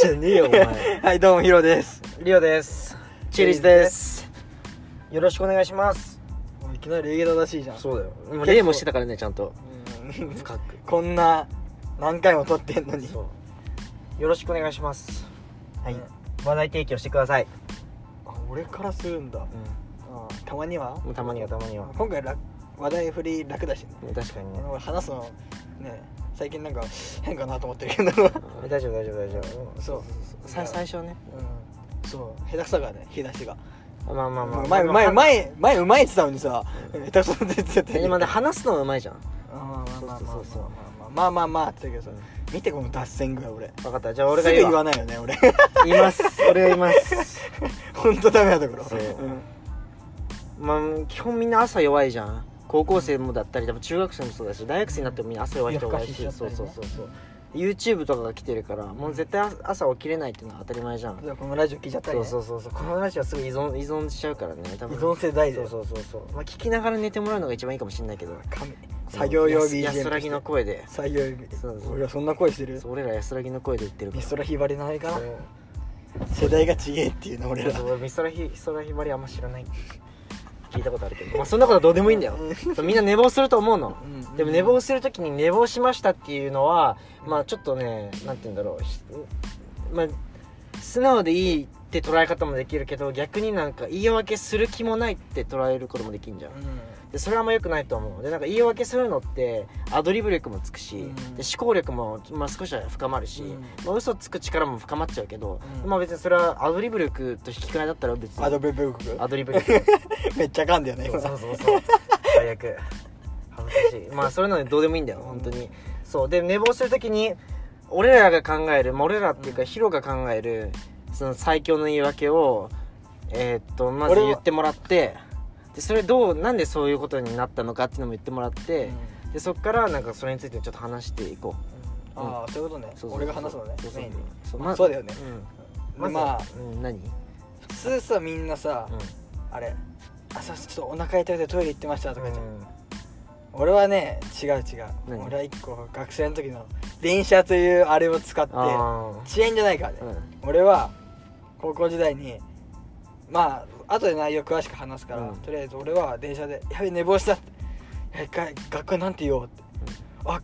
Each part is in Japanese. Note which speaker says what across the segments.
Speaker 1: じゃねえよお前
Speaker 2: はい、どうも、ヒロです。
Speaker 1: リオです
Speaker 2: チリズです。
Speaker 1: よろしくお願いします
Speaker 2: いきなり礼儀正しいじゃん。
Speaker 1: そうだよ今
Speaker 2: 構
Speaker 1: 礼もしてたからねちゃんと
Speaker 2: うん
Speaker 1: 深く
Speaker 2: こんな、何回も撮ってんのに。
Speaker 1: そうよろしくお願いしますはい
Speaker 2: うん
Speaker 1: 話題提供してください、
Speaker 2: あ俺からするんだ。あたまには
Speaker 1: もうたまにはたまには
Speaker 2: 今回楽、話題振り楽だしね。
Speaker 1: 確かにね
Speaker 2: 俺話すの、ね、最近なんか変かなと思ってるけど。
Speaker 1: 大丈夫大丈夫大丈夫
Speaker 2: そう
Speaker 1: さ最初ね
Speaker 2: うんそう、下手くそがね、引き出しが。
Speaker 1: まあまあまあまあ
Speaker 2: 前、前、前、前、うまいって言ってたのにさ、下手くそって言ってた
Speaker 1: え
Speaker 2: よ
Speaker 1: まだ話すのはうまいじゃん
Speaker 2: まあまあまあまあ
Speaker 1: そうそうそう
Speaker 2: まあまあまあまあって言ってたけどさ見てこの脱線具合俺
Speaker 1: 分かったじゃあ俺
Speaker 2: す
Speaker 1: が
Speaker 2: ぐ
Speaker 1: 言
Speaker 2: 言
Speaker 1: う
Speaker 2: わ
Speaker 1: わ
Speaker 2: ないよね俺
Speaker 1: 言います俺が言います
Speaker 2: ほんとダメなところ
Speaker 1: そうん まあ基本みんな朝弱いじゃん高校生もだったり多分中学生もそうだし大学生になってもみんな朝弱い人が多いし
Speaker 2: 夜更かししちゃ
Speaker 1: そ
Speaker 2: っ
Speaker 1: う
Speaker 2: たりね
Speaker 1: そうそうそう YouTube とかが来てるからもう絶対朝朝起きれないっていうのは当たり前じゃん
Speaker 2: じゃあこのラジオ聞いちゃったり
Speaker 1: そう
Speaker 2: ね
Speaker 1: そう
Speaker 2: 依
Speaker 1: そうそうこの話はすぐ依存依存しちゃうからね多分
Speaker 2: 存性大
Speaker 1: そ
Speaker 2: で
Speaker 1: うそうそうそう、まあ、聞きながら寝てもらうのが一番いいかもしれないけど
Speaker 2: 神作業用 BGM
Speaker 1: 安安らぎの声で
Speaker 2: 作業用 BGM
Speaker 1: そうそう
Speaker 2: 俺はそんな声してる
Speaker 1: そう俺ら安らぎの声で言ってるから
Speaker 2: ミストラひばりないか
Speaker 1: そ
Speaker 2: な
Speaker 1: う
Speaker 2: 世代が違えっていうの俺ら
Speaker 1: そう俺美空ひ美空ひばりあんま知らない聞いたことあるけどまあそんなことはどうでもいいんだよそうみんな寝坊すると思うの
Speaker 2: うん
Speaker 1: でも寝坊するときに寝坊しましたっていうのはまあちょっとねなんて言うんだろうひまあ素直でいいって捉え方もできるけど逆になんか言い訳する気もないって捉えることもできんじゃんでそれはあんま良くないと思うでなんか言い訳するのってアドリブ力もつくし、
Speaker 2: うん
Speaker 1: で思考力も、まあ、少しは深まるし、
Speaker 2: うん
Speaker 1: まあ、嘘つく力も深まっちゃうけど、
Speaker 2: うん
Speaker 1: まあ別にそれはアドリブ力と引き換えだったら別に
Speaker 2: アドベブ国
Speaker 1: アドリブ力
Speaker 2: めっちゃ噛んだよね
Speaker 1: そう
Speaker 2: 今
Speaker 1: そうそうそう最悪恥ずかしいまあそれなのでどうでもいいんだよ本当にそうで寝坊するときに俺らが考える、まあ、俺らっていうかヒロが考えるその最強の言い訳をえーっとまず
Speaker 2: 俺は
Speaker 1: 言ってもらってでそれどうなんでそういうことになったのかっていうのも言ってもらって、でそっからなんかそれについてちょっと話していこ
Speaker 2: ああそういうことね
Speaker 1: うそうそうそう
Speaker 2: 俺が話すのね
Speaker 1: そうそう
Speaker 2: メインで
Speaker 1: そう
Speaker 2: そうだよね
Speaker 1: うん、ま
Speaker 2: でまあ
Speaker 1: ずうん、何、うん、
Speaker 2: 普通さみんなさあれ朝ちょっとお腹痛くてトイレ行ってましたとか言って、俺はね違う違う
Speaker 1: 何
Speaker 2: 俺は一個学生の時の電車というあれを使って
Speaker 1: あー
Speaker 2: 遅延じゃないからね、
Speaker 1: うん
Speaker 2: 俺は高校時代にまあ後で内容詳しく話すから、
Speaker 1: うん
Speaker 2: とりあえず俺は電車で「やべ寝坊した」って「や一回学校なんて言おう」って、あ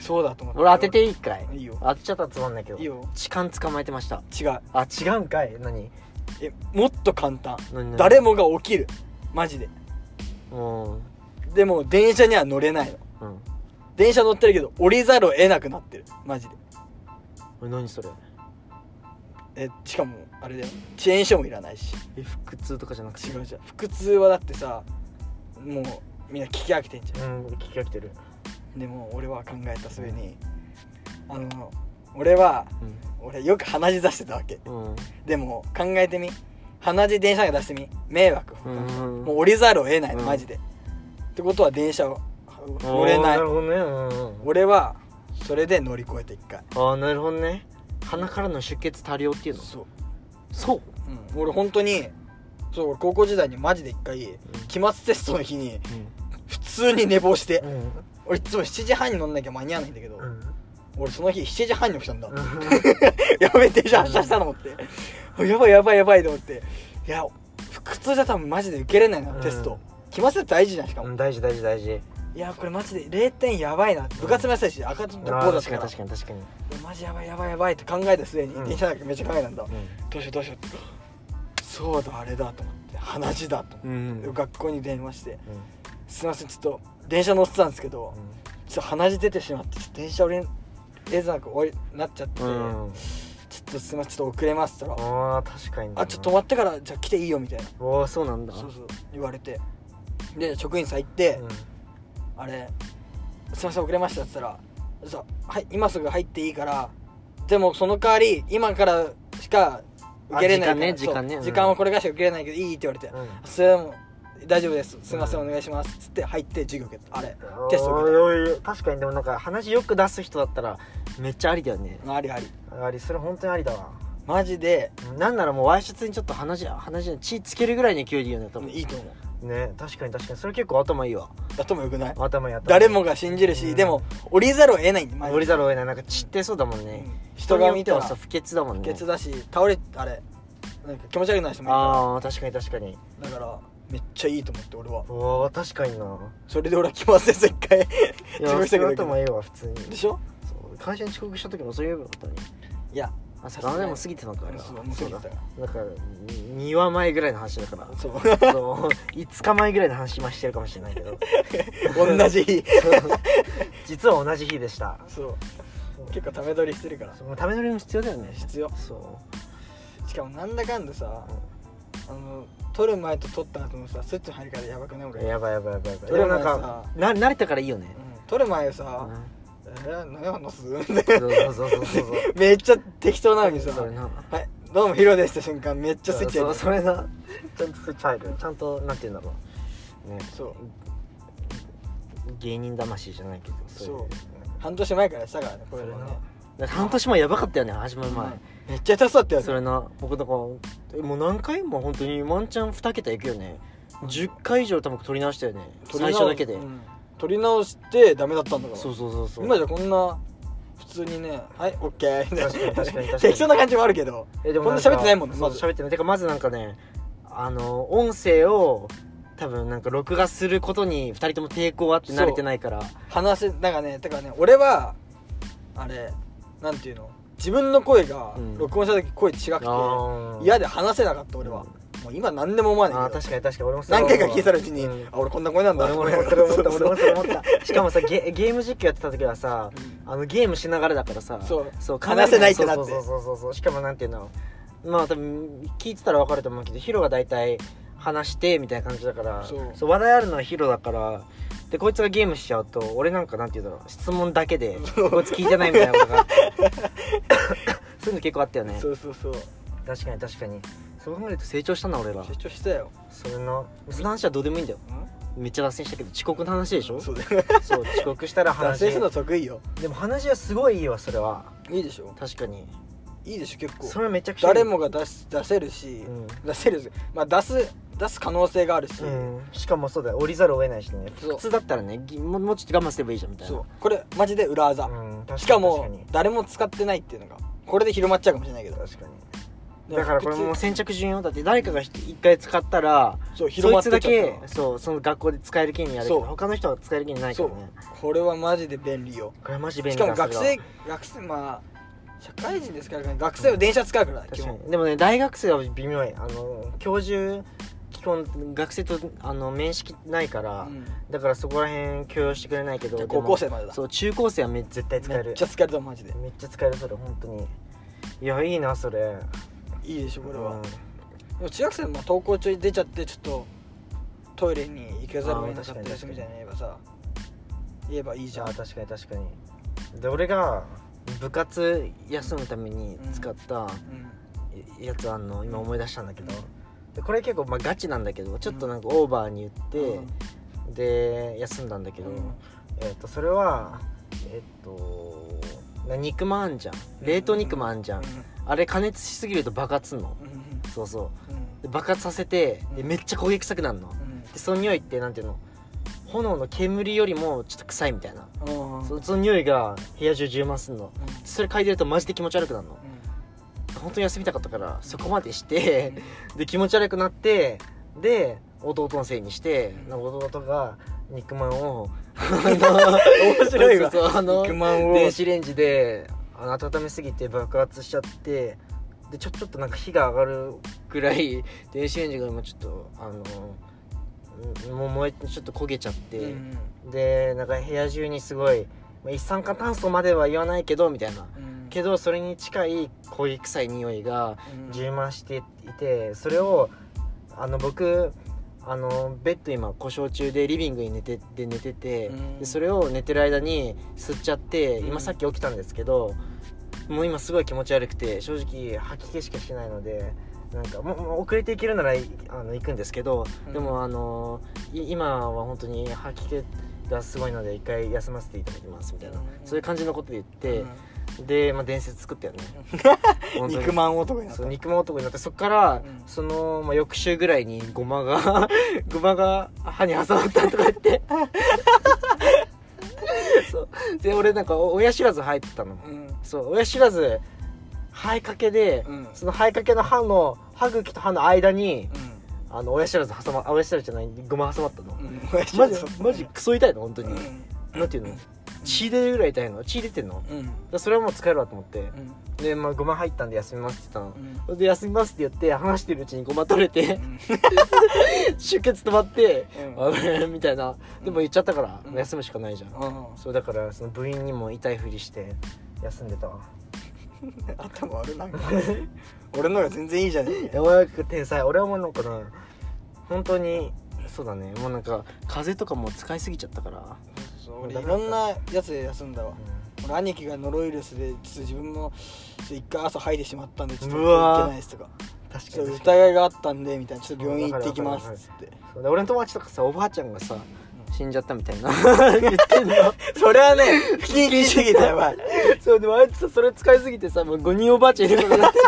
Speaker 2: そうだと思って
Speaker 1: 俺当てていいかい
Speaker 2: いいよ
Speaker 1: 当てちゃったらつまんないけど
Speaker 2: いいよ
Speaker 1: 痴漢捕まえてました
Speaker 2: 違う
Speaker 1: あ違うんかい何
Speaker 2: えもっと簡単
Speaker 1: 何何
Speaker 2: 誰もが起きるマジで
Speaker 1: うんうん
Speaker 2: でも電車には乗れないの電車乗ってるけど降りざるを得なくなってるマジで
Speaker 1: 俺何それ
Speaker 2: えしかもあれだよ遅延証もいらないし
Speaker 1: え腹痛とかじゃなくて
Speaker 2: 違うじゃん腹痛はだってさもうみんな聞き飽きてんじゃ
Speaker 1: うん聞き飽きてる
Speaker 2: んでも俺は考えた末にあの俺は俺よく鼻血出してたわけ
Speaker 1: うんうん
Speaker 2: でも考えてみ鼻血電車が出してみ迷惑、
Speaker 1: うん
Speaker 2: もう降りざるを得ないの
Speaker 1: うん
Speaker 2: マジで、ってことは電車を乗れな
Speaker 1: あーないるほどねうんうん
Speaker 2: 俺はそれで乗り越えて一回
Speaker 1: ああなるほどね鼻からの出血多量っていうの
Speaker 2: そう
Speaker 1: そう
Speaker 2: うん、俺本当にそう俺高校時代にマジで一回期末テストの日に普通に寝坊して
Speaker 1: うんうん
Speaker 2: 俺いつも7時半に乗んなきゃ間に合わないんだけど、
Speaker 1: うん
Speaker 2: 俺その日7時半に起きたんだ、
Speaker 1: うん
Speaker 2: やべえ電車発車したのってやばいやばいやばいと思っていや腹痛じゃ多分マジで受けれないな、
Speaker 1: うん
Speaker 2: テスト期末テスト大事じゃんしかも、
Speaker 1: うん大事大事大事
Speaker 2: いやこれマジで0点やばいな部活もやってたし赤と棒だ
Speaker 1: あ
Speaker 2: っ
Speaker 1: ー
Speaker 2: た
Speaker 1: 確
Speaker 2: か
Speaker 1: からに確かに確かに
Speaker 2: マジやばいやばいやばいって考えた末に、
Speaker 1: うん
Speaker 2: 電車なんかめっちゃ考えたんだ、
Speaker 1: うん
Speaker 2: どうしようどうしようってそうだあれだと思って鼻血だと思って、
Speaker 1: うんうん
Speaker 2: 学校に電話して「すいませんちょっと電車乗ってたんですけど、ちょっと鼻血出てしまってちょっと電車俺えずなくおいなっちゃって、
Speaker 1: うんうん
Speaker 2: ちょっとすいませんちょっと遅れます」って言ったら
Speaker 1: ああ確かに
Speaker 2: 「あちょっと待ってからじゃあ来ていいよ」みたいな
Speaker 1: おおそうなんだ
Speaker 2: そうそう言われてで職員さん行って、
Speaker 1: うん
Speaker 2: あれ「すいません遅れました」って言ったらさはい今すぐ入っていいからでもその代わり今からしか受けれないから
Speaker 1: あ時間ね時間
Speaker 2: そ
Speaker 1: ね
Speaker 2: う
Speaker 1: うん
Speaker 2: 時間をこれからしか受けれないけどいいって言われて、
Speaker 1: うん
Speaker 2: それはもう大丈夫ですすいません、お願いしますっつって入って授業受けたあれテスト受け
Speaker 1: おいおい確かにでもなんか話よく出す人だったらめっちゃありだよね
Speaker 2: たありあり
Speaker 1: ありそれ本当にありだわ
Speaker 2: マジで
Speaker 1: なんならもうワイシャツにちょっと話話に血つけるぐらいの勢いでいいよね多分
Speaker 2: いいと思う
Speaker 1: ね確かに確かにそれ結構頭いいわ
Speaker 2: 頭良くない
Speaker 1: 頭いい頭いい
Speaker 2: 誰もが信じるし、
Speaker 1: うん
Speaker 2: でも降りざるを得ないんでマジ
Speaker 1: 降りざるを得ないなんか散ってそうだもんね、
Speaker 2: うん
Speaker 1: 人
Speaker 2: 人
Speaker 1: が
Speaker 2: が
Speaker 1: 見
Speaker 2: 見
Speaker 1: て
Speaker 2: た
Speaker 1: も
Speaker 2: ら
Speaker 1: さ不潔だもん
Speaker 2: 不
Speaker 1: ね
Speaker 2: 潔だし倒れあれなんか気持ち悪くなる人もいるか
Speaker 1: ああ確かに確かに
Speaker 2: らだからめっちゃいいと思って俺は
Speaker 1: うわー確かにな
Speaker 2: それで俺は決まって一回
Speaker 1: い
Speaker 2: 遅
Speaker 1: や
Speaker 2: 刻した
Speaker 1: そ
Speaker 2: けど
Speaker 1: れ頭いいわ普通に
Speaker 2: でしょ
Speaker 1: そう会社に遅刻した時もそういえばよかったのに
Speaker 2: いや
Speaker 1: あ
Speaker 2: さす
Speaker 1: そ
Speaker 2: がに
Speaker 1: うでも過ぎてたのかあれは
Speaker 2: そうもう過ぎてた
Speaker 1: そう
Speaker 2: か
Speaker 1: だだから2話前ぐらいの話だから
Speaker 2: そう
Speaker 1: そう5日前ぐらいの話今してるかもしれないけど
Speaker 2: 同じ日
Speaker 1: 実は同じ日でした
Speaker 2: そう結構ため取りしてるから
Speaker 1: そうため乗りも必要だよね
Speaker 2: 必要
Speaker 1: そ
Speaker 2: しかもなんだかんださあの取る前と取った後のさスッチの入り方やばくない俺
Speaker 1: うやばいやばいやばいやばい
Speaker 2: ど
Speaker 1: で
Speaker 2: れ
Speaker 1: も
Speaker 2: も
Speaker 1: なん
Speaker 2: さ
Speaker 1: かな慣れたからいいよね、
Speaker 2: うん取る前
Speaker 1: う
Speaker 2: さ
Speaker 1: ん
Speaker 2: 「えー何話す?」
Speaker 1: そうそうそうそうそう
Speaker 2: めっちゃ適当なのにさ
Speaker 1: それな
Speaker 2: 「はいどうもヒロです」って瞬間めっちゃスイッチ
Speaker 1: そ
Speaker 2: 入
Speaker 1: う
Speaker 2: る
Speaker 1: それなちゃんとスイッチ入るちゃんとなんて言うんだろうね
Speaker 2: そう
Speaker 1: 芸人魂じゃないけどい
Speaker 2: 半年前からしたからねこれ
Speaker 1: そう
Speaker 2: は
Speaker 1: だ
Speaker 2: ね
Speaker 1: なだから半年前やばかったよね始まる前、
Speaker 2: めっちゃ痛そうだったよ
Speaker 1: それな僕だからえもう何回も本当にワンチャン2桁いくよね10回以上多分取り直したよね
Speaker 2: 撮り
Speaker 1: 最
Speaker 2: 直
Speaker 1: 初だけで、
Speaker 2: うん撮り直してダメだったんだから
Speaker 1: そうそうそうそう
Speaker 2: 今じゃこんな普通にね「はいオッケー」みたい
Speaker 1: 確かに確かに確か
Speaker 2: な
Speaker 1: に
Speaker 2: 適当な感じもあるけど
Speaker 1: えで
Speaker 2: こんな喋ってないもんね
Speaker 1: ま
Speaker 2: ま
Speaker 1: ず
Speaker 2: ず
Speaker 1: 喋ってないてかまずなんかねあの音声を多分なんか録画することに2人とも抵抗あって慣れてないから
Speaker 2: 話せなんかねてかね俺はあれなんていうの自分の声が
Speaker 1: うん
Speaker 2: 録音した時声違くて
Speaker 1: あー
Speaker 2: 嫌で話せなかった俺はもう今何でも思わ
Speaker 1: あ
Speaker 2: ない
Speaker 1: ー
Speaker 2: けど
Speaker 1: 確かに確かに俺もそれ
Speaker 2: 何
Speaker 1: 思うわ
Speaker 2: 回か聞いたうちに
Speaker 1: うん
Speaker 2: あ俺こんな声なんだ
Speaker 1: 俺もそれ思った俺もそれ思
Speaker 2: っ
Speaker 1: ったしかもさゲゲーム実況やってた時はさあのゲームしながらだからさ
Speaker 2: そう
Speaker 1: かり
Speaker 2: 話せないってなって
Speaker 1: そうそうそうそうそうしかもなんていうのまあ多分聞いてたら分かると思うけどヒロが大体話してみたいな感じだから
Speaker 2: そう
Speaker 1: 話題あるのはヒロだからでこいつがゲームしちゃうと俺なんかなんていうんだろう質問だけで
Speaker 2: そう
Speaker 1: こいつ聞いてないみたいなこと がそういうの結構あったよ ね
Speaker 2: そうそうそう
Speaker 1: 確かに確かにそう考えると成長したな俺ら
Speaker 2: 成長したよ
Speaker 1: それのその話はどうでもいいんだよめっちゃ脱線したけど遅刻の話でしょ
Speaker 2: そうだよ
Speaker 1: そう遅刻したら
Speaker 2: 脱
Speaker 1: 話
Speaker 2: 線するの得意よ
Speaker 1: でも話はすごいいいわそれはい
Speaker 2: いでしょ
Speaker 1: 確かに
Speaker 2: いいでしょ結構
Speaker 1: それはめちゃくちゃいい
Speaker 2: 誰もが出す出せるし、
Speaker 1: うん
Speaker 2: 出せるまあ出す出す可能性があるし、
Speaker 1: うんしかもそうだよ降りざるを得ないしね
Speaker 2: そう
Speaker 1: 普通だったらねぎもうもうちょっと我慢すればいいじゃんみたいな
Speaker 2: そうこれマジで裏技、
Speaker 1: うん確かに
Speaker 2: しか
Speaker 1: 確か
Speaker 2: も
Speaker 1: に
Speaker 2: 誰も使ってないっていうのがこれで広まっちゃうかもしれないけど
Speaker 1: 確かにだからこれもう先着順よだって誰かがひ一回使ったら
Speaker 2: 普通そう広
Speaker 1: そ
Speaker 2: ま
Speaker 1: い
Speaker 2: っ
Speaker 1: つ
Speaker 2: てっ
Speaker 1: だ
Speaker 2: ちゃう
Speaker 1: け
Speaker 2: から
Speaker 1: そうその学校で使える権利あるけど
Speaker 2: そう
Speaker 1: 他の人は使える権利ないか
Speaker 2: そ
Speaker 1: ら
Speaker 2: う
Speaker 1: ね
Speaker 2: これはマジで便利よ
Speaker 1: これマジ便
Speaker 2: し
Speaker 1: 利
Speaker 2: か
Speaker 1: だ
Speaker 2: も学生
Speaker 1: そ
Speaker 2: 学生まあ社会人ですからね学生は電車使うから
Speaker 1: れ
Speaker 2: 基
Speaker 1: は確
Speaker 2: 本
Speaker 1: かにでもね大学生は微妙いあの教授基本学生とあの面識ないから、
Speaker 2: うん
Speaker 1: だからそこら辺許容してくれないけど
Speaker 2: じゃあ
Speaker 1: でも
Speaker 2: 高校生までだ
Speaker 1: そう中高生はめ絶対使える
Speaker 2: めっちゃ使えると思うマジで
Speaker 1: めっちゃ使えるそれ本当にいやいいなそれ
Speaker 2: いいでしょこれ
Speaker 1: う
Speaker 2: は
Speaker 1: ん、
Speaker 2: でも中学生も登校中に出ちゃってちょっとトイレに行けざるを得なかった
Speaker 1: あー確かに
Speaker 2: ですみたいに言えばさ言えばいいじ
Speaker 1: じ
Speaker 2: ゃ
Speaker 1: ゃ
Speaker 2: ん
Speaker 1: あ確かに確かにで俺が部活休むために使った
Speaker 2: う
Speaker 1: やつあんの今思い出したんだけど
Speaker 2: うん
Speaker 1: でこれ結構まあガチなんだけどちょっとなんかオーバーに言って
Speaker 2: ん、
Speaker 1: で休んだんだけど、
Speaker 2: うん
Speaker 1: えっとそれはえっとな肉まんあんじゃん冷凍肉まんあんじゃん、
Speaker 2: うん
Speaker 1: あれ加熱しすぎると爆発すんの
Speaker 2: うん
Speaker 1: そうそう
Speaker 2: うん
Speaker 1: で爆発させてでめっちゃ焦げ臭くなるのでその匂いってなんていうの炎の煙よりもちょっと臭いみたいな
Speaker 2: うんうん
Speaker 1: そその匂いが部屋中充満すんの
Speaker 2: うん
Speaker 1: それ嗅いでるとマジで気持ち悪くなるの本当に休みたかったからそこまでして
Speaker 2: うん
Speaker 1: で気持ち悪くなってで弟のせいにして
Speaker 2: うん
Speaker 1: なんか弟が肉まんを
Speaker 2: 面白いわ
Speaker 1: そうそうあの
Speaker 2: 肉まんを
Speaker 1: 電子レンジであの温めすぎて爆発しちゃってでちょちょっとなんか火が上がるぐらい電子レンジが今ちょっとあのんもう燃えちょっと焦げちゃって、
Speaker 2: うん
Speaker 1: でなんか部屋中にすごい、まあ一酸化炭素までは言わないけどみたいな
Speaker 2: うん
Speaker 1: けどそれに近いこういう臭い匂いが
Speaker 2: うん
Speaker 1: 充満していてそれをあの僕あのベッド今故障中でリビングに寝てで寝てて
Speaker 2: うん
Speaker 1: でそれを寝てる間に吸っちゃって
Speaker 2: う
Speaker 1: 今
Speaker 2: ん
Speaker 1: さっき起きたんですけどもう今すごい気持ち悪くて正直吐き気しかしてないのでなんかもうもう遅れていけるならいあの行くんですけど
Speaker 2: うん
Speaker 1: でもあのい今は本当に吐き気がすごいので一回休ませていただきますみたいな
Speaker 2: うん
Speaker 1: そういう感じのことで言って。
Speaker 2: うん
Speaker 1: で、まあ、伝説作ったよ ね本当に
Speaker 2: 肉まん男になった
Speaker 1: そう肉まん男になってそっから、
Speaker 2: うん
Speaker 1: その、まあ、翌週ぐらいにごまが ごまが歯に挟まったとか言って そうで俺なんかお親知らず生えてたの
Speaker 2: うん
Speaker 1: そう親知らず生えかけで、
Speaker 2: うん
Speaker 1: その生えかけの歯の歯茎と歯の間に
Speaker 2: うん
Speaker 1: あの親知らず挟まあ親知らずじゃないごま挟まったの、
Speaker 2: マ
Speaker 1: マジマジクソ痛いの本当
Speaker 2: う
Speaker 1: に、
Speaker 2: ん
Speaker 1: なんていうの血出るぐらい痛いの血出てんのだか
Speaker 2: うん
Speaker 1: らそれはもう使えるわと思って
Speaker 2: うん
Speaker 1: で、まあ、ごま入ったんで休みますって言っ
Speaker 2: う
Speaker 1: たの、
Speaker 2: ん
Speaker 1: それで休みますって言って話してるうちにごま取れて出血止まって
Speaker 2: うん
Speaker 1: あれみたいなでも言っちゃったから、
Speaker 2: うん
Speaker 1: 休むしかないじゃん、
Speaker 2: うん
Speaker 1: そうだからその部員にも痛いふりして休んでたわ
Speaker 2: 頭悪いなんか 俺のが全然いいじゃねえ
Speaker 1: やばく天才俺はもうなんかね本当にそうだねもうなんか風邪とかも使いすぎちゃったから、
Speaker 2: 俺いろんなやつで休んだわ俺兄貴がノロウイルスでちょっと自分もちょっと一回朝吐いてしまったんでちょっと
Speaker 1: うわー
Speaker 2: 行けないですとか
Speaker 1: 確
Speaker 2: ちょっと
Speaker 1: かに
Speaker 2: 疑いがあったんでみたいなちょっと病院行ってきますっつって
Speaker 1: そうで俺の友達とかさおばあちゃんがさ
Speaker 2: うん
Speaker 1: 死んじゃったみたいな言ってんの
Speaker 2: それはね不気味すぎたや ばい
Speaker 1: そうでもあいつさそれ使いすぎてさもう5人おばあちゃんいることになって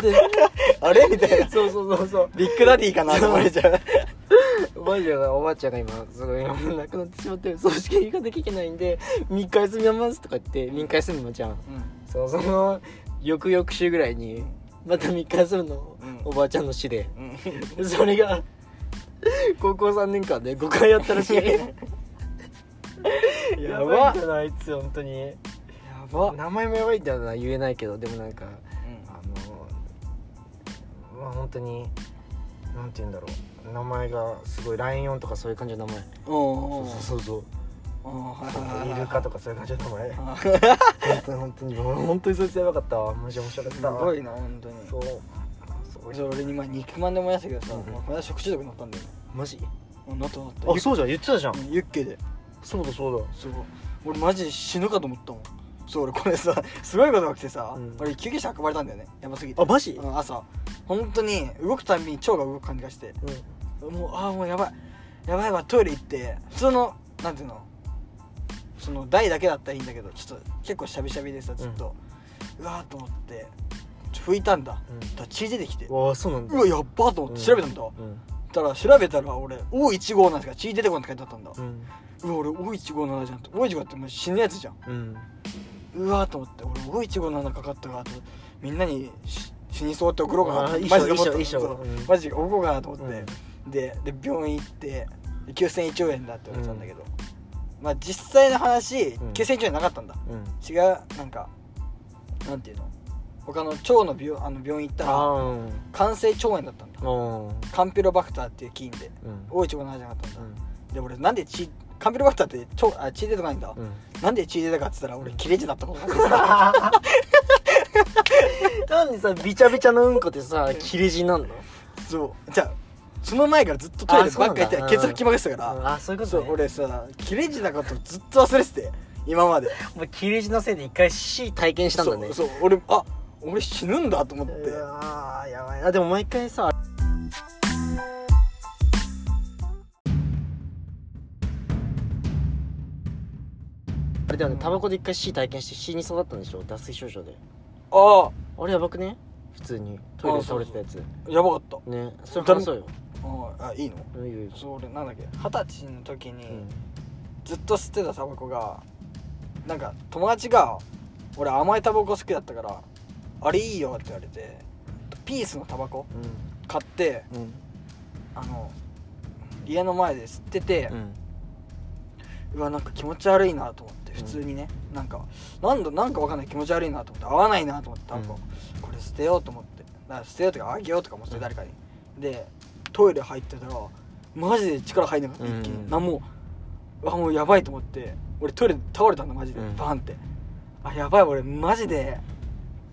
Speaker 2: あれみたい
Speaker 1: て
Speaker 2: な
Speaker 1: そうそうそうそう
Speaker 2: ビッグダディかなと思われちゃう
Speaker 1: おばあちゃんがおばあちゃんが今すごいもう亡くなってしまって葬式ができてないんで3日休みますとか言って3日休むのじゃんそうその翌々週ぐらいにまた3日休むの、
Speaker 2: うん
Speaker 1: おばあちゃんの死で
Speaker 2: うんうん
Speaker 1: それが高校3年間で5回やったらしい やばいんだなあいつ本当に
Speaker 2: やば
Speaker 1: 名前もやばいんだよな言えないけどでもなんかあのまあ本当になんて言うんだろう名前がすごいライオンとかそういう感じの名前
Speaker 2: うんうん
Speaker 1: そうそうそうイルカとかそういう感じの名前本
Speaker 2: あ
Speaker 1: 当に本当にもう本当にそいつやばかったわマジ面白か っ
Speaker 2: す
Speaker 1: た
Speaker 2: ごいな本当に
Speaker 1: そう
Speaker 2: そう俺に今肉まんで思い出したけどさ、
Speaker 1: うん
Speaker 2: まあこの間食中毒になったんだよ
Speaker 1: マジ
Speaker 2: うんなったなった
Speaker 1: あそうじゃん言ってたじゃん
Speaker 2: うんユッケで
Speaker 1: そうだそうだ
Speaker 2: そう俺マジ死ぬかと思ったもんそう俺これさ すごいことが起きてさ、
Speaker 1: うん
Speaker 2: 俺救急車運ばれたんだよねやばすぎて
Speaker 1: あマジ
Speaker 2: うん朝本当に動くたびに腸が動く感じがしてもうああもうやばいやばいわトイレ行って普通のなんていうのその台だけだったらいいんだけどちょっと結構しゃびしゃびでさずっと、うわーと思ってちょ拭いたんだ、
Speaker 1: うん
Speaker 2: だから血出てきて
Speaker 1: うんわあそうなんだ
Speaker 2: うわやっばーと思って調べたんだ、
Speaker 1: うん
Speaker 2: たら調べたら俺 O15 なんですか血出てこないって書いてあったんだ、
Speaker 1: うん
Speaker 2: うわ俺 O157 じゃんって O15 ってもう死ぬやつじゃん
Speaker 1: うん
Speaker 2: うわーと思って俺 O157 かかったわとみんなにし死にそうって送ろうかな
Speaker 1: あ
Speaker 2: っ
Speaker 1: ー
Speaker 2: て
Speaker 1: いい
Speaker 2: マジで
Speaker 1: しょ
Speaker 2: 思った
Speaker 1: いいしょ
Speaker 2: そう
Speaker 1: いいしょうん
Speaker 2: マジで送ろうかなと思って、でで病院行って9001兆円だって思ってたんだけど、まあ実際の話
Speaker 1: ん
Speaker 2: 9001兆円なかったんだ
Speaker 1: うん
Speaker 2: 違うなんかなんていうの他の腸の病あの病院行った
Speaker 1: あ
Speaker 2: ら
Speaker 1: ーうん
Speaker 2: 肝性腸炎だったんだ
Speaker 1: あ
Speaker 2: カンピロバクターっていう菌で
Speaker 1: ーうん
Speaker 2: O157 じゃなかったんだ、で俺なんで血カンピロバクターってちょあ血出てこないんだ、
Speaker 1: うん
Speaker 2: なんで血出たかっつったら俺切れてだったこと
Speaker 1: なんでさびちゃびちゃのうんこってさ切れ字なんの
Speaker 2: そうじゃあその前からずっとトイレばっか行って
Speaker 1: あそうなんだ
Speaker 2: 血圧気まぐしてたから、
Speaker 1: あそういうこ
Speaker 2: そ
Speaker 1: と
Speaker 2: う
Speaker 1: ね
Speaker 2: 俺さ切れ字なことずっと忘れてて今まで
Speaker 1: もう切れ字のせいで一回 C 体験したんだね
Speaker 2: そうそう俺あ俺死ぬんだと思って
Speaker 1: あやばいなでも毎回さあれだよねタバコで一回 C 体験して C に育ったんでしょ脱水症状で
Speaker 2: ああ
Speaker 1: あれやばくね普通にトイレで倒れてたやつ
Speaker 2: やばかった
Speaker 1: ねそれ話そうよ
Speaker 2: ああいいの
Speaker 1: うんいいよいいよ
Speaker 2: そう俺なんだっけ二十歳の時に、
Speaker 1: うん
Speaker 2: ずっと吸ってたタバコがなんか友達が俺甘いタバコ好きだったからあれいいよって言われてピースのタバコ買って
Speaker 1: うんうん
Speaker 2: あの家の前で吸ってて、
Speaker 1: うん
Speaker 2: うわなんか気持ち悪いなと思って普通にね、なんかなんだなんかわかんない気持ち悪いなと思って合わないなと思って、
Speaker 1: うん
Speaker 2: なんかこれ捨てようと思ってだから捨てようとかあげようとかも捨て誰かに、でトイレ入ってたらマジで力入んなかった一気に、
Speaker 1: うん
Speaker 2: なんもうあもうやばいと思って俺トイレで倒れたんだマジで、
Speaker 1: うん
Speaker 2: バンってあやばい俺マジで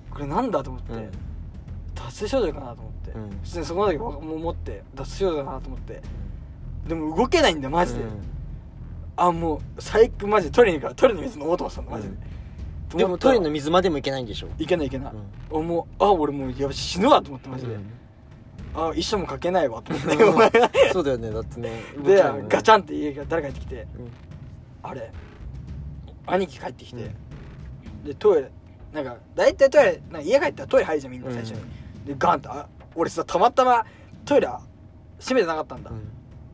Speaker 2: これなんだと思って、
Speaker 1: うん
Speaker 2: 脱水症状かなと思って、
Speaker 1: うん
Speaker 2: 普通にそこまでも持って脱水症状かなと思ってでも動けないんだよマジで、あもう最悪マジでトイレに行くからトイレの水飲もうと思ってたのマジで、
Speaker 1: うん
Speaker 2: と思ったら
Speaker 1: うんでもトイレの水までもいけないんでしょ
Speaker 2: いけないいけない、
Speaker 1: うん
Speaker 2: あもうあ俺もうやばい死ぬわと思ってマジで、
Speaker 1: うん
Speaker 2: あ一生もかけないわと思って、
Speaker 1: そうだよねだってね
Speaker 2: でガチ
Speaker 1: ン
Speaker 2: ャンって家が誰か入ってきてあれ兄貴帰ってきて、
Speaker 1: う
Speaker 2: でトイレなんか大体トイレなんか家帰ったらトイレ入るじゃんみんな最初に、でガンってあ俺さたまたまトイレ閉めてなかったんだ、
Speaker 1: うん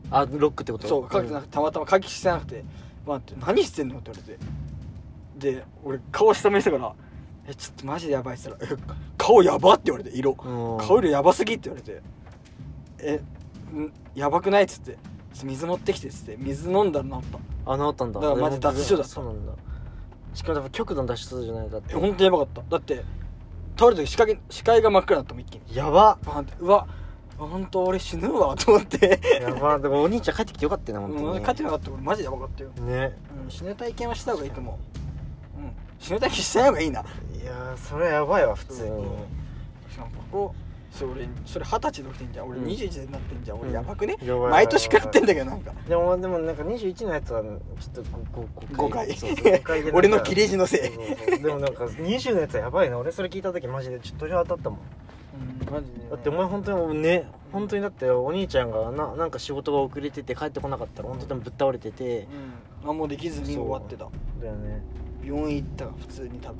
Speaker 1: あロックってこと
Speaker 2: そうかけてなくてたまたま換気してなくて「まあ、って何してんの?」って言われてで俺顔下見したから「えちょっとマジでやばい」って言ったらえ「顔やば」って言われて色
Speaker 1: うん
Speaker 2: 顔色やばすぎって言われて「えんやばくない?」っつって「ちょっと水持ってきて」っつって水飲んだら治った
Speaker 1: あ治ったんだ
Speaker 2: だからマジ脱衣所だった
Speaker 1: そうなんだしかも多分極度の脱出じゃないだって
Speaker 2: え本当にやばかっただって倒れた時視界視界が真っ暗になったもん一気に
Speaker 1: やば
Speaker 2: バーンってうわ本当俺死ぬわと思って
Speaker 1: やばでもお兄ちゃん帰ってきてよかったよな本当
Speaker 2: うん
Speaker 1: に
Speaker 2: 勝てなかった俺マジでやばかったよ、
Speaker 1: ね
Speaker 2: うん、死ぬ体験はした方がいいと思う、うん、死ぬ体験した方がいいない
Speaker 1: やーそれはやばいわ普通に、
Speaker 2: うんしかもここそれ俺それ二十歳で起きてんじゃん俺
Speaker 1: うん
Speaker 2: 21でなってんじゃん、
Speaker 1: う
Speaker 2: 俺
Speaker 1: ん
Speaker 2: やばくね、
Speaker 1: やばいやばい
Speaker 2: 毎年食らってんだけどなんか
Speaker 1: でもでもなんか21のやつはちょっとごご
Speaker 2: 5
Speaker 1: 5回
Speaker 2: 回
Speaker 1: そうそう5回
Speaker 2: 俺の切れ字のせい、
Speaker 1: そうそうそうでもなんか20のやつはやばいな俺それ聞いた時マジでちょっと鳥肌当たったもん
Speaker 2: うんマジでね、
Speaker 1: だってお前本当にもうね本当にだってお兄ちゃんがななんか仕事が遅れてて帰ってこなかったら本当にぶっ倒れてて
Speaker 2: うん、何もできずに終わってた
Speaker 1: だよね
Speaker 2: 病院行ったら普通に多分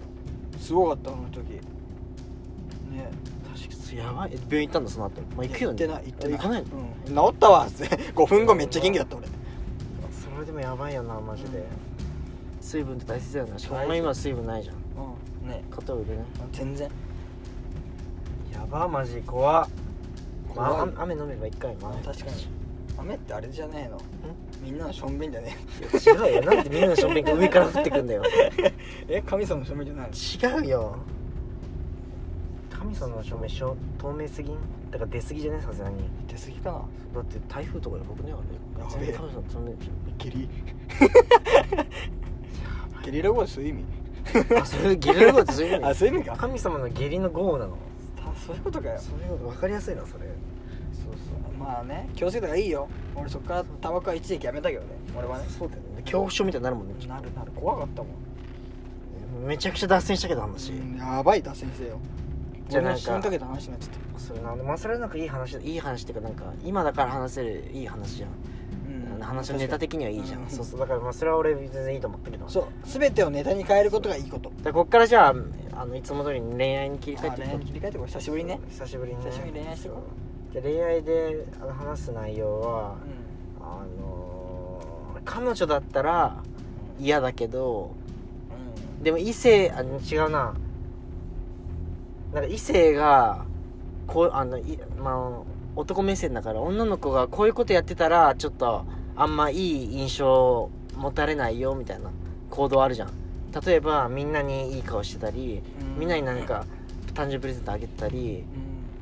Speaker 2: すごかったあの時ね
Speaker 1: 確かにやばいえ病院行ったんだその後、まあ、行くよ
Speaker 2: 行っ
Speaker 1: ね
Speaker 2: てない行ってない
Speaker 1: 行かないの
Speaker 2: うん、治ったわっ つって5分後めっちゃ元気だった俺
Speaker 1: それでもやばいよなマジで、
Speaker 2: うん
Speaker 1: 水分って大切だよなしかも
Speaker 2: 大事
Speaker 1: お前今水分ないじゃん
Speaker 2: うんね
Speaker 1: 片腕ね
Speaker 2: 全然
Speaker 1: やばマジ怖っ、まあ
Speaker 2: 怖い
Speaker 1: 雨雨飲めば一回まあ
Speaker 2: 確かに雨ってあれじゃねえのみんなのしょんべんじゃね
Speaker 1: 違うよなんでみんなのショッピング上から降ってくんだよ
Speaker 2: ええ神様のしょんべんじゃないの
Speaker 1: 違うよ神様の証明書透明すぎんだから出すぎじゃないさすがに
Speaker 2: 出過ぎかな
Speaker 1: だって台風とかで僕ね
Speaker 2: や
Speaker 1: あ
Speaker 2: べ
Speaker 1: れ
Speaker 2: え
Speaker 1: 神様の透明
Speaker 2: ゲ リゲリラ豪雨そういう意味
Speaker 1: 書あそれゲリラ豪雨ってそういう意
Speaker 2: あ
Speaker 1: 味
Speaker 2: そういう意味か
Speaker 1: 神様の下痢の豪雨なの
Speaker 2: たそういうことかよ
Speaker 1: それ分かりやすいなそれ
Speaker 2: そうそうまあね気をつけた方がいいよ俺そっからタバコは一時期やめたけどね俺はね
Speaker 1: そうだよね恐怖症みたいになるもんね
Speaker 2: なるなる怖かったもん
Speaker 1: めちゃくちゃ脱線したけど話、
Speaker 2: うんやばい脱線してよ
Speaker 1: じゃあなんか
Speaker 2: 俺の死にかけた話になっちゃった
Speaker 1: それなまあそれはなんかいい話いい話っていうかなんか今だから話せるいい話じゃん、あの話のネタ的にはいいじゃん、
Speaker 2: うん
Speaker 1: そうそうだからまあそれは俺全然いいと思ったけど
Speaker 2: そう全てをネタに変えることがいいこと
Speaker 1: でこっからじゃああのいつも通りに恋愛に切り
Speaker 2: あ
Speaker 1: 替
Speaker 2: 恋
Speaker 1: えていこ
Speaker 2: 愛
Speaker 1: う
Speaker 2: に切り替えてこれ久しぶりにね
Speaker 1: 久しぶりにね
Speaker 2: 久しぶりに恋愛してこ
Speaker 1: で恋愛であの話す内容は
Speaker 2: う、ん
Speaker 1: あのー彼女だったら嫌だけどでも異性あ違うななんか異性がこうあのい、まあ、男目線だから女の子がこういうことやってたらちょっとあんまいい印象を持たれないよみたいな行動あるじゃん例えばみんなにいい顔してたり
Speaker 2: うん
Speaker 1: みんなになんか誕生日プレゼントあげてたり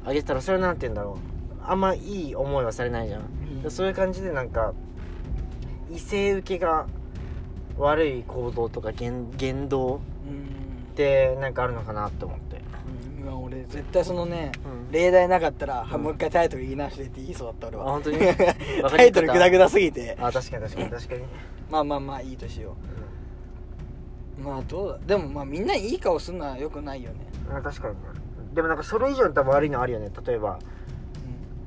Speaker 2: うん
Speaker 1: あげてたらそれはなんて言うんだろうあんまいい思いはされないじゃん
Speaker 2: うん
Speaker 1: でそういう感じでなんか異性受けが悪い行動とか言言
Speaker 2: うん
Speaker 1: 動ってなんかあるのかなって思って、
Speaker 2: うんうわ俺絶対そのね
Speaker 1: うん
Speaker 2: 例題なかったら、は
Speaker 1: うん
Speaker 2: もう一回タイトル言い直してって言いそうだった俺
Speaker 1: あ
Speaker 2: は
Speaker 1: 本当に わか
Speaker 2: タ
Speaker 1: り
Speaker 2: イ
Speaker 1: にく
Speaker 2: ト
Speaker 1: かった
Speaker 2: ルグダグダすぎて
Speaker 1: あ確かに確かに確かに、
Speaker 2: まあまあまあいいとしようまあどうだでもまあみんないい顔するのはよくないよね、
Speaker 1: うんあ確かにでもなんかそれ以上に多分悪いのあるよね例えば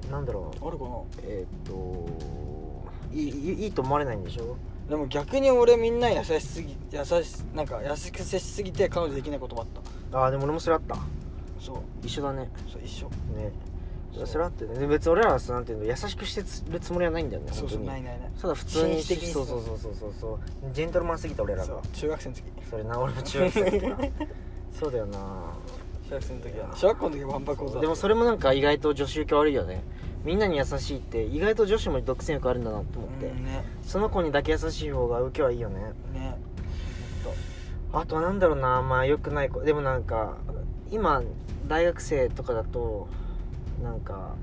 Speaker 2: う、
Speaker 1: なんだろうん
Speaker 2: あるかな
Speaker 1: えーっといいいいいいと思われないんでしょ
Speaker 2: でも逆に俺みんな優しすぎ優しなんか優しく接しすぎて彼女できないこともあった
Speaker 1: あーでも俺もそれあった
Speaker 2: そう
Speaker 1: 一緒だね
Speaker 2: そう一緒
Speaker 1: ね
Speaker 2: そう
Speaker 1: それあってねで別に俺らはさなんていうの優しくしてるつもりはないんだよね
Speaker 2: そうそう
Speaker 1: 本当
Speaker 2: な
Speaker 1: に
Speaker 2: いないない
Speaker 1: ただ普通に
Speaker 2: 紳士的に
Speaker 1: そうそうそうそうそうそうジェントルマンすぎた俺らが
Speaker 2: そ
Speaker 1: そう
Speaker 2: 中学生の時
Speaker 1: れな俺も中学生だから そうだよな
Speaker 2: 小学生の時は小学校の時はわんぱく講座
Speaker 1: でもそれもなんか意外と女子受け悪いよねみんなに優しいって意外と女子も独占欲あるんだなと思って、
Speaker 2: うんね
Speaker 1: その子にだけ優しい方が受けはいいよね
Speaker 2: ねほん
Speaker 1: あとはなんだろうなまあ良くない子でもなんか今大学生とかだとなんか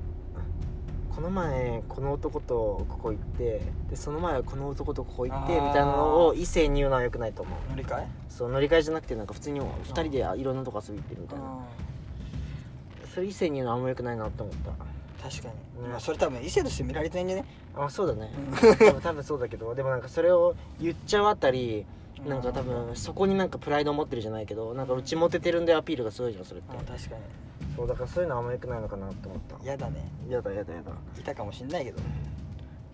Speaker 1: この前この男とここ行ってでその前はこの男とここ行ってみ
Speaker 2: あー
Speaker 1: たいなのを異性に言うのは良くないと思う
Speaker 2: と乗り換え
Speaker 1: そう乗り換えじゃなくてなんか普通に2人でいろんなとこ遊び行ってるみたいなそれ異性に言うのはあんま良くないなって思っ
Speaker 2: 確かに、
Speaker 1: ね
Speaker 2: まあ、それ多分異性として見られてないんじゃね
Speaker 1: たあそうだね 多分多分そうだけどでもなんかそれを言っちゃうあたりなんか多分そこになんかプライドを持ってるじゃないけどなんかうちモテてるんでアピールがすごいじゃんそれって
Speaker 2: あ確か
Speaker 1: そうだからそういうのはあんま良くないのかなって思った
Speaker 2: に嫌だね
Speaker 1: やだやだやだ
Speaker 2: いたかもしんないけど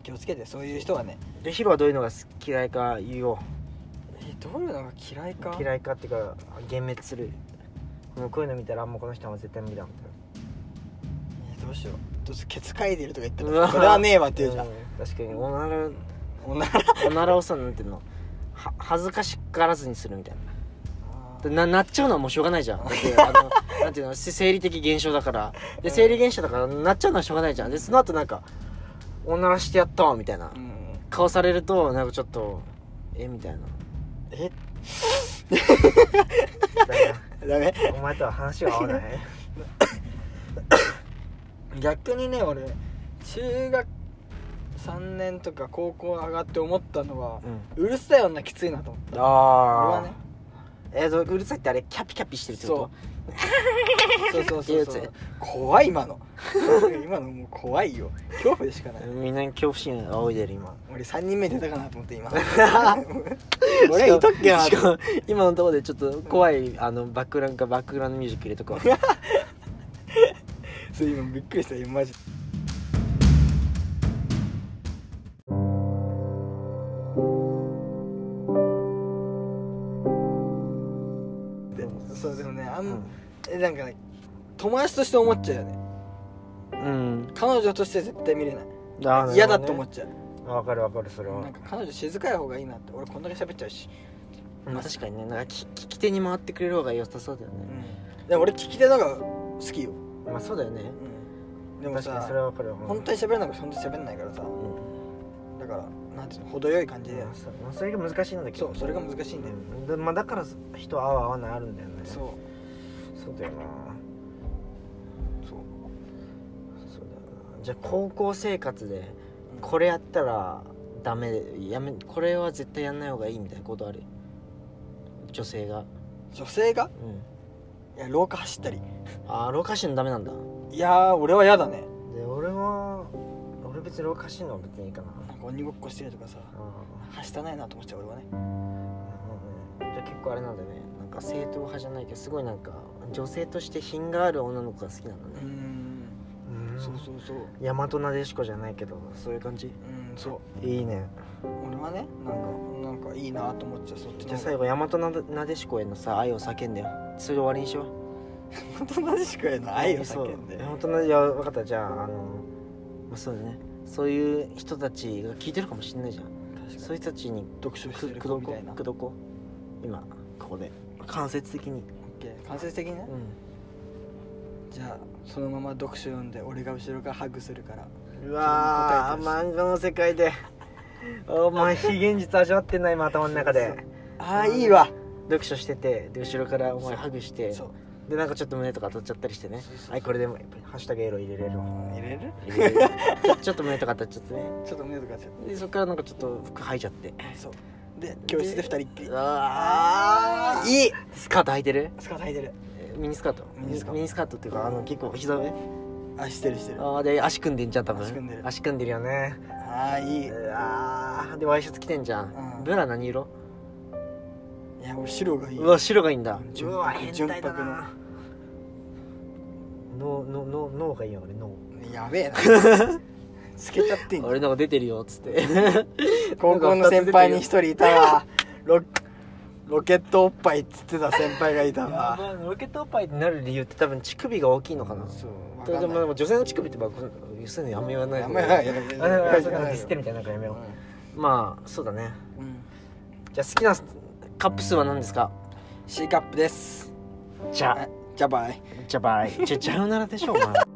Speaker 2: 気をつけてそういう人はね
Speaker 1: でヒロはどういうのが好き嫌いか言おう
Speaker 2: えどういうのが嫌いか
Speaker 1: 嫌いかっていうか幻滅するうんこういうの見たらあもうこの人は絶対無理だみたいな
Speaker 2: えどうしようどうせケツ嗅いでるとか言った
Speaker 1: うわ
Speaker 2: らそれはねえわって言うじゃん、
Speaker 1: ん確かにおなら
Speaker 2: おなら
Speaker 1: おならをさなんていうのは恥ずかしからずにするみたいな
Speaker 2: で
Speaker 1: ななっちゃうのはもうしょうがないじゃんだ ってあのなんていうのせ生理的現象だからで
Speaker 2: うん
Speaker 1: 生理現象だからなっちゃうのはしょうがないじゃんでその後なんか「おならしてやったわ」みたいな
Speaker 2: うん
Speaker 1: 顔されるとなんかちょっとえみ たいな
Speaker 2: え
Speaker 1: だな
Speaker 2: ダメ
Speaker 1: お前とは話が合わない
Speaker 2: 逆にね俺中学3年とか高校上がって思ったのは
Speaker 1: うん
Speaker 2: うるさい女きついなと思った俺
Speaker 1: ああ
Speaker 2: はね
Speaker 1: えーとうるさいってあれキャピキャピしてるってこ
Speaker 2: そうそうそう
Speaker 1: っ
Speaker 2: そ
Speaker 1: て
Speaker 2: う
Speaker 1: いうや
Speaker 2: 怖い今の今のもう怖いよ恐怖でしかない
Speaker 1: とみんなに恐怖心が仰いでる今
Speaker 2: 俺3人目出たかなと思って 今
Speaker 1: 俺
Speaker 2: 俺
Speaker 1: 言
Speaker 2: 言
Speaker 1: っ
Speaker 2: っ
Speaker 1: と
Speaker 2: と
Speaker 1: く
Speaker 2: く
Speaker 1: け
Speaker 2: け
Speaker 1: な
Speaker 2: な
Speaker 1: しかも今のところでちょっと怖い、あのバックグラウンドかバックグラウンドミュージック入れとくわ
Speaker 2: そう今びっくりした今マジでそうでもねあ、
Speaker 1: うんん、
Speaker 2: えなんかね友達として思っちゃうよね
Speaker 1: うん、
Speaker 2: 彼女として絶対見れない
Speaker 1: あー
Speaker 2: 嫌だって思っちゃう、
Speaker 1: わかるわかるそれは、
Speaker 2: なんか彼女静かい方がいいなって俺こんだけ喋っちゃうし、
Speaker 1: まあ、確かにねなんかき聞き手に回ってくれる方が良さそうだよね、
Speaker 2: でも俺聞き手の方が好きよ、
Speaker 1: まあそうだよね
Speaker 2: うん、でも
Speaker 1: 確かにそ
Speaker 2: さ
Speaker 1: れはわかるわ
Speaker 2: 本当に喋れなくて本当に喋んないからさ
Speaker 1: うん、
Speaker 2: だからなんていうの程よい感じで
Speaker 1: まあそうまあそれが難しいんだけど
Speaker 2: そうそれが難しいんだよ、
Speaker 1: うんでまあ、だから人は合う合わないあるんだよね
Speaker 2: そう
Speaker 1: そうだよな
Speaker 2: そう
Speaker 1: そうだよなじゃあ高校生活で
Speaker 2: うん
Speaker 1: これやったらダメやめこれは絶対やんない方がいいみたいなことある女性が
Speaker 2: 女性がい
Speaker 1: うん
Speaker 2: や廊下走ったり
Speaker 1: ああ老化してんのダメなんだ
Speaker 2: いやー俺は嫌だね
Speaker 1: で俺は俺別に老化してんのは別にいいかな
Speaker 2: なんか鬼ごっこしてるとかさ
Speaker 1: う
Speaker 2: 走らないなと思っちゃう俺はね
Speaker 1: んうんうんじゃあ結構あれなんだねなんか正統派じゃないけどすごいなんか女性として品がある女の子が好きなんだ
Speaker 2: う
Speaker 1: ね
Speaker 2: ん
Speaker 1: うん
Speaker 2: そうそうそう
Speaker 1: 大和なでしこじゃないけどそういう感じ
Speaker 2: うんそう
Speaker 1: いいね
Speaker 2: 俺はねなんかなんかいいなと思っちゃうそっち
Speaker 1: じ ゃあ最後大和なでなでしこへのさ愛を叫んでよそれで終わりにしよう
Speaker 2: 本当同じしくやの愛を叫んで
Speaker 1: そう本当のいや分かったじゃああの、まあ、そうだねそういう人たちが聞いてるかもしれないじゃんそういう人たちに
Speaker 2: 読書して
Speaker 1: く
Speaker 2: る
Speaker 1: く
Speaker 2: 子
Speaker 1: ど
Speaker 2: み
Speaker 1: こ
Speaker 2: たいなオ
Speaker 1: くどこ今ここで間接的
Speaker 2: ッ
Speaker 1: に
Speaker 2: ケー間接的にね
Speaker 1: う
Speaker 2: じゃあそのまま読書読んで俺が後ろからハグするから
Speaker 1: んうわー
Speaker 2: 自分の答えと
Speaker 1: 漫画の世界でお前非現実味わってんな今頭の中
Speaker 2: そう
Speaker 1: で
Speaker 2: ああいいわ
Speaker 1: 読書しててで後ろからお前ハグして
Speaker 2: そう
Speaker 1: でなんかちょっと胸とか当たっちゃったりしてね
Speaker 2: そうそうそう
Speaker 1: はいこれでもやっぱりハッシュタグエロ入れれるわ
Speaker 2: 入れる
Speaker 1: 入れれるちょ ちょっと胸とか当たっちゃってね
Speaker 2: ちょっと胸とかちゃっ
Speaker 1: でそっからなんかちょっと服履いちゃって
Speaker 2: てそうで教室で二人っきり
Speaker 1: うわーいい
Speaker 2: いい
Speaker 1: スカート履いてる
Speaker 2: スカート履いてる
Speaker 1: えミニスカート
Speaker 2: ミニスカ
Speaker 1: ミニスカートっていうかあの結構膝上
Speaker 2: あしてるしてるあ
Speaker 1: あーで足組んでんじゃん多分
Speaker 2: 足組んでる
Speaker 1: 足組んでるよね
Speaker 2: あいいうい
Speaker 1: わーでワイシャツ着てんじゃん、
Speaker 2: うん
Speaker 1: ブラ何色
Speaker 2: や俺白がいいう
Speaker 1: わ白がいいんだ
Speaker 2: 純白純白の
Speaker 1: 脳のの脳がいいよ俺脳
Speaker 2: や べえなつけちゃってんじゃん
Speaker 1: 俺なんか出てるよっつって
Speaker 2: 高校の先輩に一人いたわロロケットおっぱいっつってた先輩がいたわ
Speaker 1: まあロケットおっぱいになる理由って多分乳首が大きいのかな
Speaker 2: そうわ
Speaker 1: で
Speaker 2: かん
Speaker 1: もで
Speaker 2: ない
Speaker 1: も女性の乳首ってまあこうそういうのあんま言わない
Speaker 2: や
Speaker 1: 方
Speaker 2: めや
Speaker 1: が
Speaker 2: めやめ
Speaker 1: あでも
Speaker 2: やめ
Speaker 1: そうなんかディスってるみたいななんかやめようまあそうだね
Speaker 2: うんうん
Speaker 1: じゃあ好きなカップ数は何ですか
Speaker 2: C カップです
Speaker 1: じゃ
Speaker 2: はいじゃあバイ
Speaker 1: じゃバイじゃじゃうならでしょお前